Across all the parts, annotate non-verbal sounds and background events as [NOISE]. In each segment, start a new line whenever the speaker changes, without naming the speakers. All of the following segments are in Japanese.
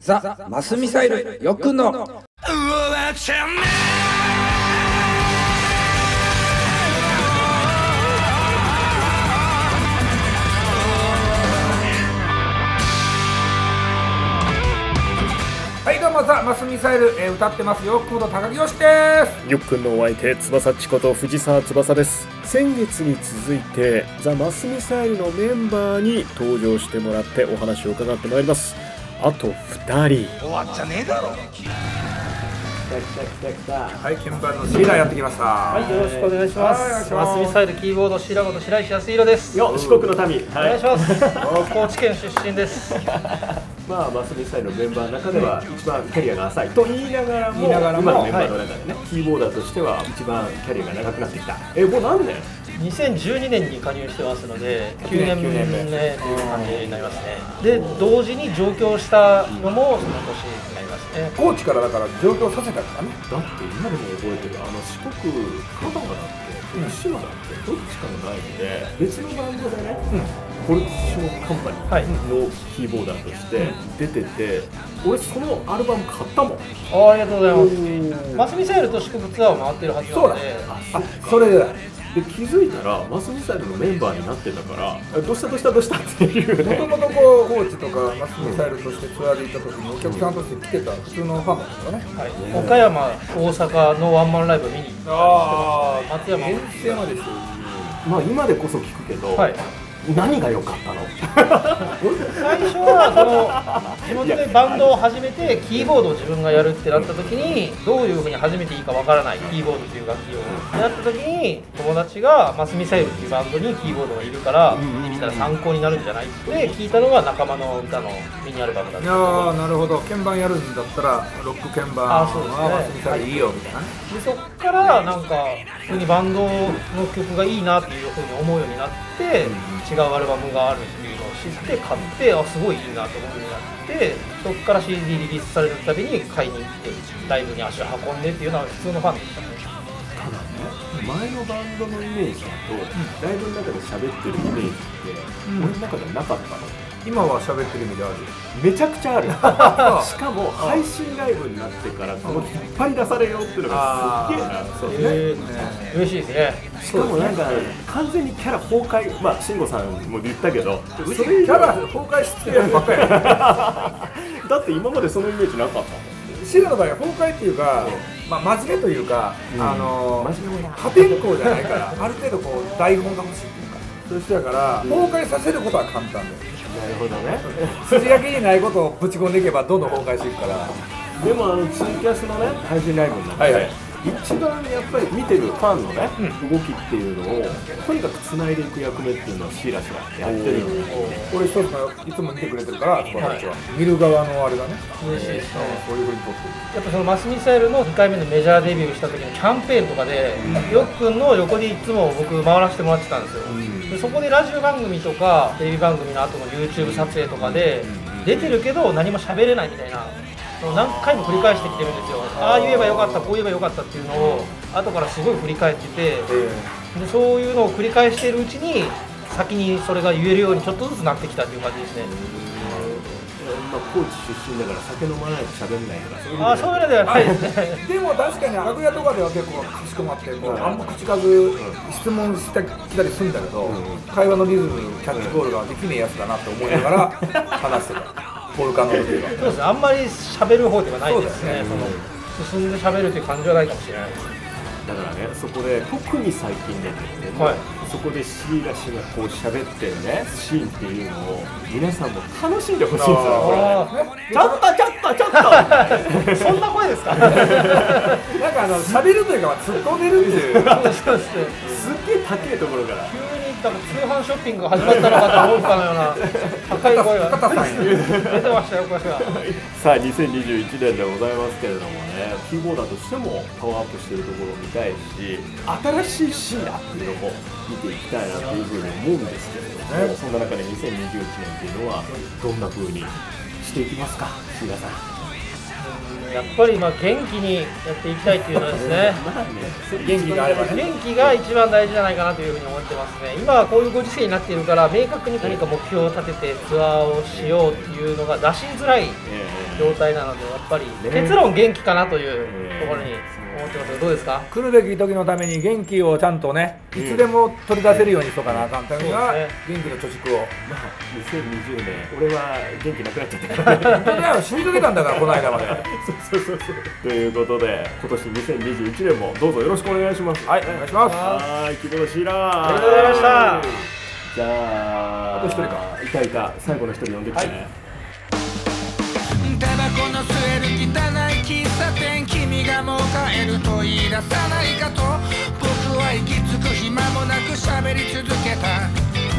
ザ・マスミサイル、よくの。はい、どうも、ザ・マスミサイル、えー歌ってますよ、くの高木よしです。
よっくんのお相手翼っちこと藤沢翼です先月に続いてザ・マスミサイルのメンバーに登場してもらってお話を伺ってまいりますあと2人
終わっちゃねえだろ
はい、鍵盤のシーラーやってきました。はい、
よろしくお願いしま
はいお願いし
す。
ます
マスミサイルキーボード白子と白石康弘です。
よ四国の民
お
は
願いします。高知県出身です。
まあマスミサイルのメンバーの中では一番キャリアが浅いと言いながらも
言いながらも
今のメンバーの中でね、キーボーダーとしては一番キャリアが長くなってきたえもう何年
2012年に加入してますので、9年目
9
と
年目
いう感じになりますね。で、同時に上京したのもその年になりますね。
高知からだから上京させたからね。
だって今でも覚えてるあの四国香川だって徳島だってどっちかのライブで別のバンドでね、コルクショーカンパニ
はい
ーのキーボーダーとして出てて、俺そのアルバム買ったもん
あありがとうございます。マスミサイルと四国ツアーを回ってるはずな
そう
の
だ
で、。
あ、それでだ。
で気づいたらマスミサイルのメンバーになってたからえどうしたどうしたどうしたっていう
もとも
ね
とこう、高知とかマスミサイルとしてツアーで行った時にお客さんとして来てた普通のファンだったからね。
はい岡山、大阪のワンマンライブ見に行った
あ
りしてました。松山も
遠征までしてる。
まあ今でこそ聞くけど、
はい。
何が良かったの
最初はその地元でバンドを始めてキーボードを自分がやるってなった時にどういうふうに始めていいかわからないキーボードっていう楽器をやった時に友達がマスミサイルっていうバンドにキーボードがいるから見てみたら参考になるんじゃないって聞いたのが仲間の歌のミニアルバムだっ
い
た
やーなるほど鍵盤やるんだったらロック鍵盤
あーそうですね
はマスミサイルいいよみたいなね
でそっからなんか普通にバンドの曲がいいなっていうふうに思うようになって違うアルバムがあるっていうのを知って買ってあすごいいいなと思うようになってそっから CD リリースされるたびに買いに行ってライブに足を運んでっていうのは普通のファンでしたね
ただね前のバンドのイメージだと、ライブの中で喋ってるイメージって、
うん
俺の中ではなかったの
今は喋ってる意味である
めちゃくちゃ
[LAUGHS] あ
あるしかも配信ライブになってからこの引っ張り出されようっていうのがすっげえな
あーそう
ね
えー、嬉しいですね
しかもなんか完全にキャラ崩壊まあ慎吾さんも言ったけどそれ
キ
以
ャ
外
ラ崩壊してるやつばっかりやね
だって今までそのイメージなかったもん
シルの場合は崩壊っていうか、まあ、真面目というか、あのー
真面目な
破天荒じゃないからある程度こう台本が欲しいっていうかそういう人だから崩壊させることは簡単だよ
なるほどね
筋書きにないことをぶち込んでいけばどんどん崩壊していくから
でもあのツイキャスのね配信ライブの中で、
はいはい
一番やっぱり見てるファンのね、動きっていうのをとにかくつないでいく役目っていうのをシーラシがやってるんだよね
これ一つのいつも見てくれてるから私は見る側のあれだね
嬉しいですね
そういうふうに撮ってる
やっぱそのマスミサイルの2回目のメジャーデビューした時のキャンペーンとかで、よっくんの横でいつも僕回らせてもらってたんですよ、でそこでラジオ番組とかテレビ番組の後の YouTube 撮影とかで、出てるけど何も喋れないみたいなのを何回も繰り返してきてるんですよああ言えばよかったこう言えばよかったっていうのを後からすごい振り返ってて、でそういうのを繰り返しているうちに先にそれが言えるようにちょっとずつなってきたっていう感じですね、
まあ、高知出身だから酒飲まないと喋んないとかそういう
ああそういうのではないですね
でも確かに楽屋とかでは結構かしこまってこうあんま口数質問してきたりするんだけど、会話のリズムキャッチボールができねえやつだなって思いなが [LAUGHS] ら話してたポルカの時は
そうですね、あんまり喋る方ではないですね。
そ
そう
で
の進んで喋るという感じはないかもしれないです。
だからねそこで特に最近出てるね、
はい
そこでシーラシがこう喋ってるねシーンっていうのを皆さんも楽しんでほしいんですよこれ
あ
ちょっとちょっとちょっと
あ、 [LAUGHS] そんな声ですか。
なんかあの喋るというか突っ込んでるっていう
そうですそうです。
すっげえ高いところから
急に多分通販ショッピングが始まったのかと思うかのような高い声
高田さ
が
ん [LAUGHS] や
出てましたよ声が。
さあ2021年でございますけれどもねキーボーダーとしてもパワーアップしてるところを見たいし新しいシーラっていうのも見ていきたいなというふうに思うんですけれどもそんな中で2021年っていうのはどんな風にしていきますかシーラさん
やっぱりまあ元気にやっていきたいっていうのはですね。
まあねそれ
元気があればね
元気が一番大事じゃないかなというふうに思ってますね、今はこういうご時世になっているから、明確に何か目標を立ててツアーをしようっていうのが出しづらい
ええ
状態なのでやっぱり
ね
結論元気かなという
ね
ところに思ってますけどどうですか
来るべき時のために元気をちゃんとねいつでも取り出せるようにしとかなあかんためには
そうです
元気の貯蓄を
まあ2020年俺は元気なくなっちゃったから
本当だよ死にかけたんだからこの間まで
そう [LAUGHS] そうそうそうということで今年2021年もどうぞよろしくお願いします
はいお願いします
はーい、木村シーラー。
ありがとうございました
じゃあ、あ
と一人か。
いたいた、最後の一人呼んできてね。
タバコの吸える汚い喫茶店君がもう帰ると言い出さないかと僕は息つく暇もなく喋り続けた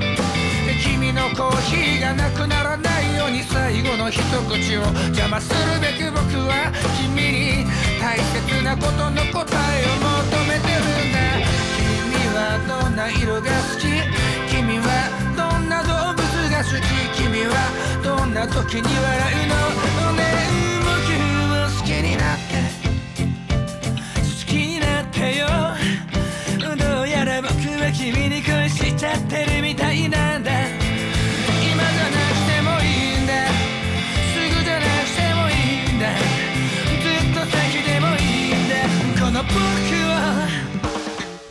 で君のコーヒーがなくならないように最後の一口を邪魔するべく僕は君に大切なことの答えを求めてるんだ君はどんな色が好き君はどんな動物が好き君はどんな時に笑うのねえもう君は好きになって好きになってよどうやら僕は君に恋しちゃってるみたいなんだ今じゃなくてもいいんだすぐじゃなくてもいいんだずっと先でもいいんだこの僕を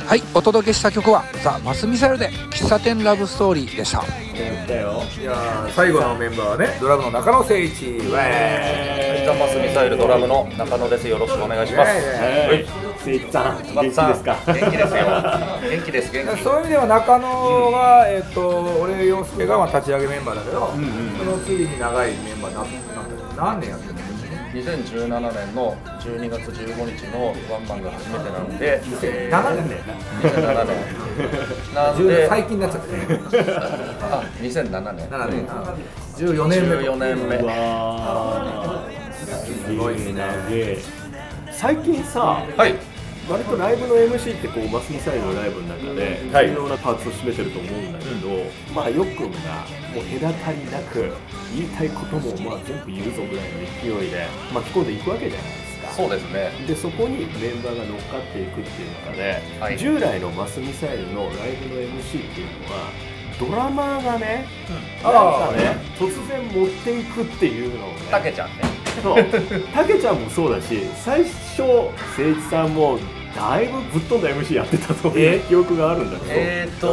はい、お届けした曲は「ザ・マスミサイル」で「喫茶店ラブストーリー」でした。
来たよ。
いやー最後のメンバーはねドラムの中野誠一イ
ジャンパスミサイルドラムの中野です。よろしくお願いします。
はい。せいちゃん、元気ですか。
元気ですよ。元気です。元
そういう意味では中野は、えっと俺陽介がまあ立ち上げメンバーだけど、
んうん
その次に長いメンバーになったけど何年やってるんだ
気。2017年の12月15日のワンマンが初めてなので、えー
7年だよ
2007年。なんで、
最近になっちゃってね
あ、2007年。
7年14年目
14年目。
わー。すごいね。最近さ、
はい。
割とライブの MC ってこうマスミサイルのライブの中で
はい
重要なパーツを占めてると思うんだけど、まあよっくんがもう隔たりなく言いたいこともまあ全部言うぞぐらいの勢いで巻き込んでいくわけじゃないですか。
そうですね。
でそこにメンバーが乗っかっていくっていう中で、
はい
従来のマスミサイルのライブの MC っていうのはドラマーがね、なんかね突然持っていくっていうのをね
たけちゃんね。
そうたけちゃんもそうだし最初誠一さんもだいぶぶっ飛んだ MC やってたという記憶があるんだけど、
えーと、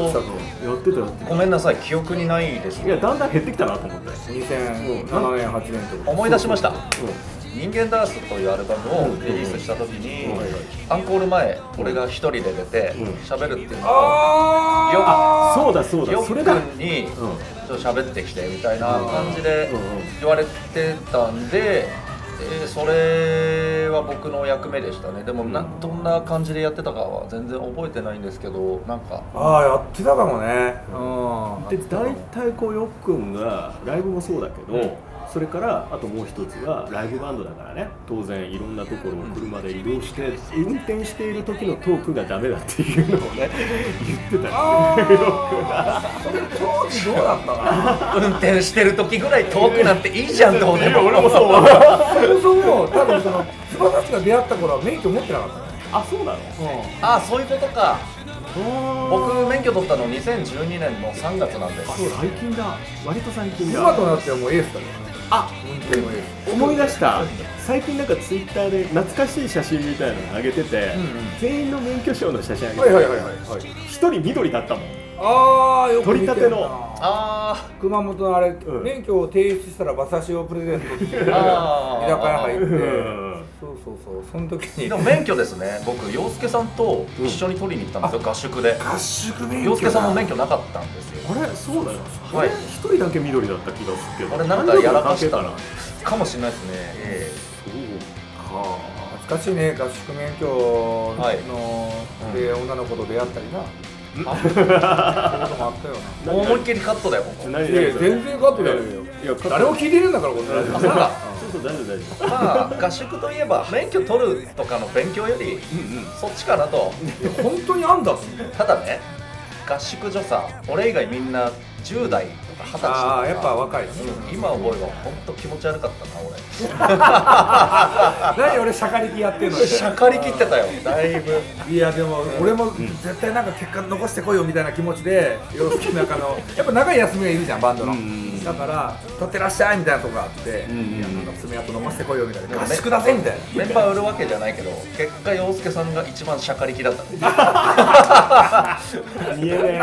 やってたやって
ごめんなさい。記憶にないです
たいや
ね。
だんだん減ってきたなと思って
2007年8年とか
思い出しました。
う
人間ダースというアルバムをリリースした時に、
うんうん
アンコール前俺が一人で出て
うん
喋るっていうの
あ
を
そうだそう
よ
だ
っ
そ
く
れだ、
んにち
う
ょ
ん
っと喋ってきてみたいな感じで
うんうん
言われてたんで、えーそれは僕の役目でしたねでもなどんな感じでやってたかは全然覚えてないんですけどなんか
ああやってたかもね
で大体こうよっくんがライブもそうだけど、それからあともう一つがライブバンドだからね当然いろんなところを車で移動して、運転している時のトークがダメだっていうのをね言ってたよね
あー
よっくんが
当時どうだったかな
運転してる時ぐらい遠くなっていいじゃんどうで
いや
も
俺もそう思う
そもそも多分その翼たちが出会った頃は免許持ってなかったね
あそうなの
ああそういうことか僕免許取ったの2012年の3月なんです
あ最近だ割と最近
今
だ
となってはもうエースだね
あ
運転もエース
思い出した最近なんかツイッターで懐かしい写真みたいなの上げてて、全員の免許証の写真上げて
はい
て
はいはいはい
一人緑だったもん
ああよく見てるな
取り立ての
あ
熊本のあれ、
うん
免許を提出したら馬刺しをプレゼントっていう居酒
あー
屋入って
うん
そうそうそうその時
ー
に
でも免許ですね僕洋介さんと一緒に取りに行ったんですよ、合宿で
合宿免
洋介さんも免許なかったんですよ
あれそうだよ
は
俺
い
一人だけ緑だった気がするけど
俺なんかやらかした
な
ら
んだろう
かもしれないですね、え
あー懐かしいね合宿免許の、
はい
で女の子と出会ったりな、そういうこともあったよ
えもう思いっきりカットだよここ
何
ないやいや全然カットだよ
いやカット
誰も聞いてるんだからこんなラジオ
あそうだ
そうそう大丈夫大丈夫
まあ合宿といえば免許取るとかの勉強よりそっちかなと
いや本当にあんだって
ただね合宿所さ俺以外みんな10代とか20歳とか
ああやっぱ若いね
うん今思えば本当気持ち悪かったな俺
何俺シャカリキやってんのに
しゃかりきってたよだいぶ
いやでも俺も絶対なんか結果残してこいよみたいな気持ちで洋介の中のやっぱ長い休みがいるじゃんバンドの、
んうん
だから「立ってらっしゃい」みたいなとこがあって
うんうんうん
いやなんか爪痕飲ませてこいよみたいな「合宿だぜ」みたいな
メンバー売るわけじゃないけど結果洋介さんが一番シャカリキだった
見えねえ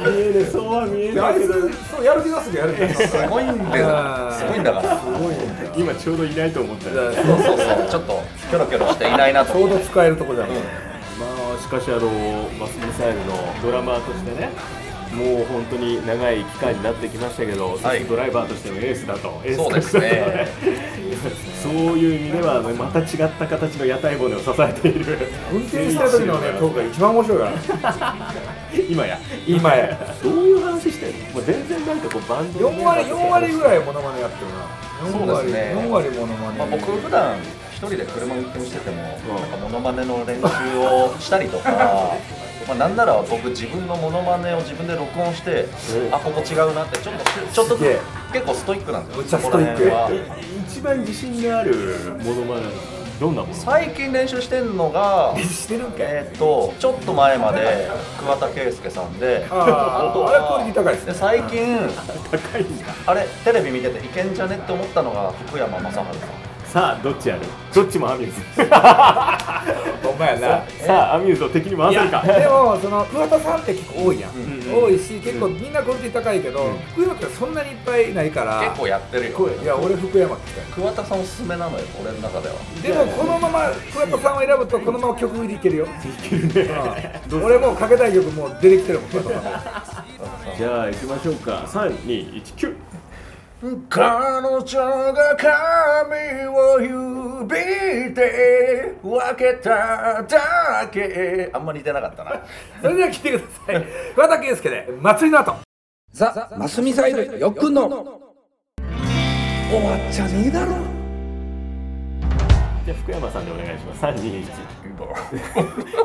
見えねえそうは見え
いや
な
あ
い
い [LAUGHS]
けど
つそうやる気出すけどやる気出す
すごいんだよすごいんだから
すごいんだよ
今ちょうどいないと思ったよね
そうそうそうちょっとキョロキョロしていないなと
ちょう
思っ
ど
て
使えるとこじゃん
まあしかしあのマスミサイルのドラマーとしてねもう本当に長い期間になってきましたけど、そしてドライバーとしてのエースだと、エース
そうですね
そういう意味では、ね、また違った形の屋台骨を支えている
運転してる
[LAUGHS]
時のねトークが一番面白いから
今や
今や
どういう話してるの、もう全然なんかこうバンドのメ
4
ンバー
割
として
4割ぐらいモノマネやってるな4
そう
割、
ですね
4割モノマネ、
まあ、僕普段一人で車運転してても、
うん
なんかモノマネの練習をしたりとかまあなんなら僕自分のモノマネを自分で録音して、
うん
あここ違うなってちょっとちょっと
すげえ
結構ストイックなんですよ
めっちゃストイック
ここら辺は
え一番自信があるものまねはどんなもの
最近練習してんのが
してるんかい
えーっとちょっと前まで桑田佳祐さんで
あーあれはクオリティ高いですね
で最近
高いんだ
あれテレビ見てていけんじゃねって思ったのが福山雅治さん
さあどっちやるどっちもアミ
[LAUGHS]
ューズ
ほんまやな
さあアミューズを敵に回せるか
でもその桑田さんって結構多いやん、
ん
多いし結構みんなクオリティ高いけど、福山ってそんなにいっぱいないから
結構やってるよ
声
いや俺福山って言っ
桑田さんおすすめなのよ俺の中では
たよでもこのまま桑田さんを選ぶとこのまま曲売りいけるようん [LAUGHS] 俺もうかけたい曲もう出てきてるもん桑田さんも
じゃあ行きましょうか3219
彼女が髪を指で分けただけあんまり似てなかったな
[LAUGHS] それでは聴いてください桑田佳祐で祭りの後
ザ・マスミサイルよっくんの終わっちゃねえだろ
じゃあ福山さんでお願いします3219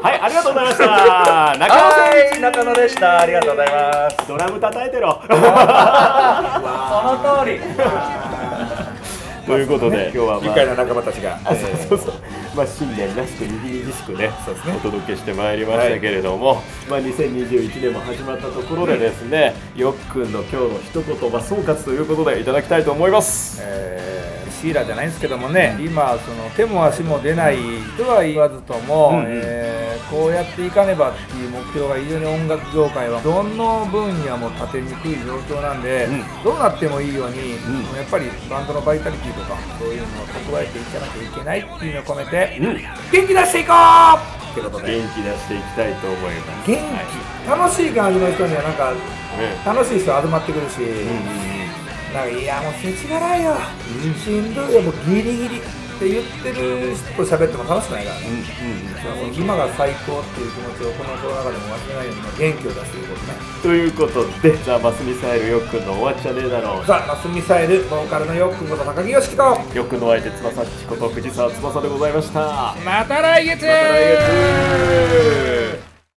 はいありがとうございました中
[LAUGHS]
野さん
はい中野でしたありがとうございます
ドラム叩いてろ
その通り
ということで今日は
愉
まあ
快な仲間たちが、えー
そうそうまあ、新年らしく、にぎにぎしくねお届けしてまいりましたけれども、まあ、2021年も始まったところで、ですね、よっくんの今日の一言、まあ、総括ということでいただきたいと思います。
えーシーラじゃないんですけどもね、今その手も足も出ないとは言わずとも、
うんうん
えーこうやっていかねばっていう目標が非常に音楽業界はどの分野も立てにくい状況なんで、
うん
どうなってもいいように、
うん
やっぱりバンドのバイタリティとかそういうのを蓄えていかなきゃいけないっていうのを込めて、
うん、元
元気出していこうってこと
気出
で
していきたいと思います。
元気、
はい
楽しい感じの人にはなんか
ね
楽しい人集まってくるし、
うんうん
なんかいやもう世知辛いよ、しんどいよもうギリギリって言ってる人と喋っても楽しくないからね、
うんうん
今が最高っていう気持ちをこのコロナ禍でも忘れないようにまあ元気を出していこうね
ということで、ザ・マスミサイルよっくんの終わっちゃねえだろう。
さあマスミサイルボーカルのよっくんこと高木よしきと
よっくんのお相手、翼っちこと藤沢翼でございました。ま
また来月
た来月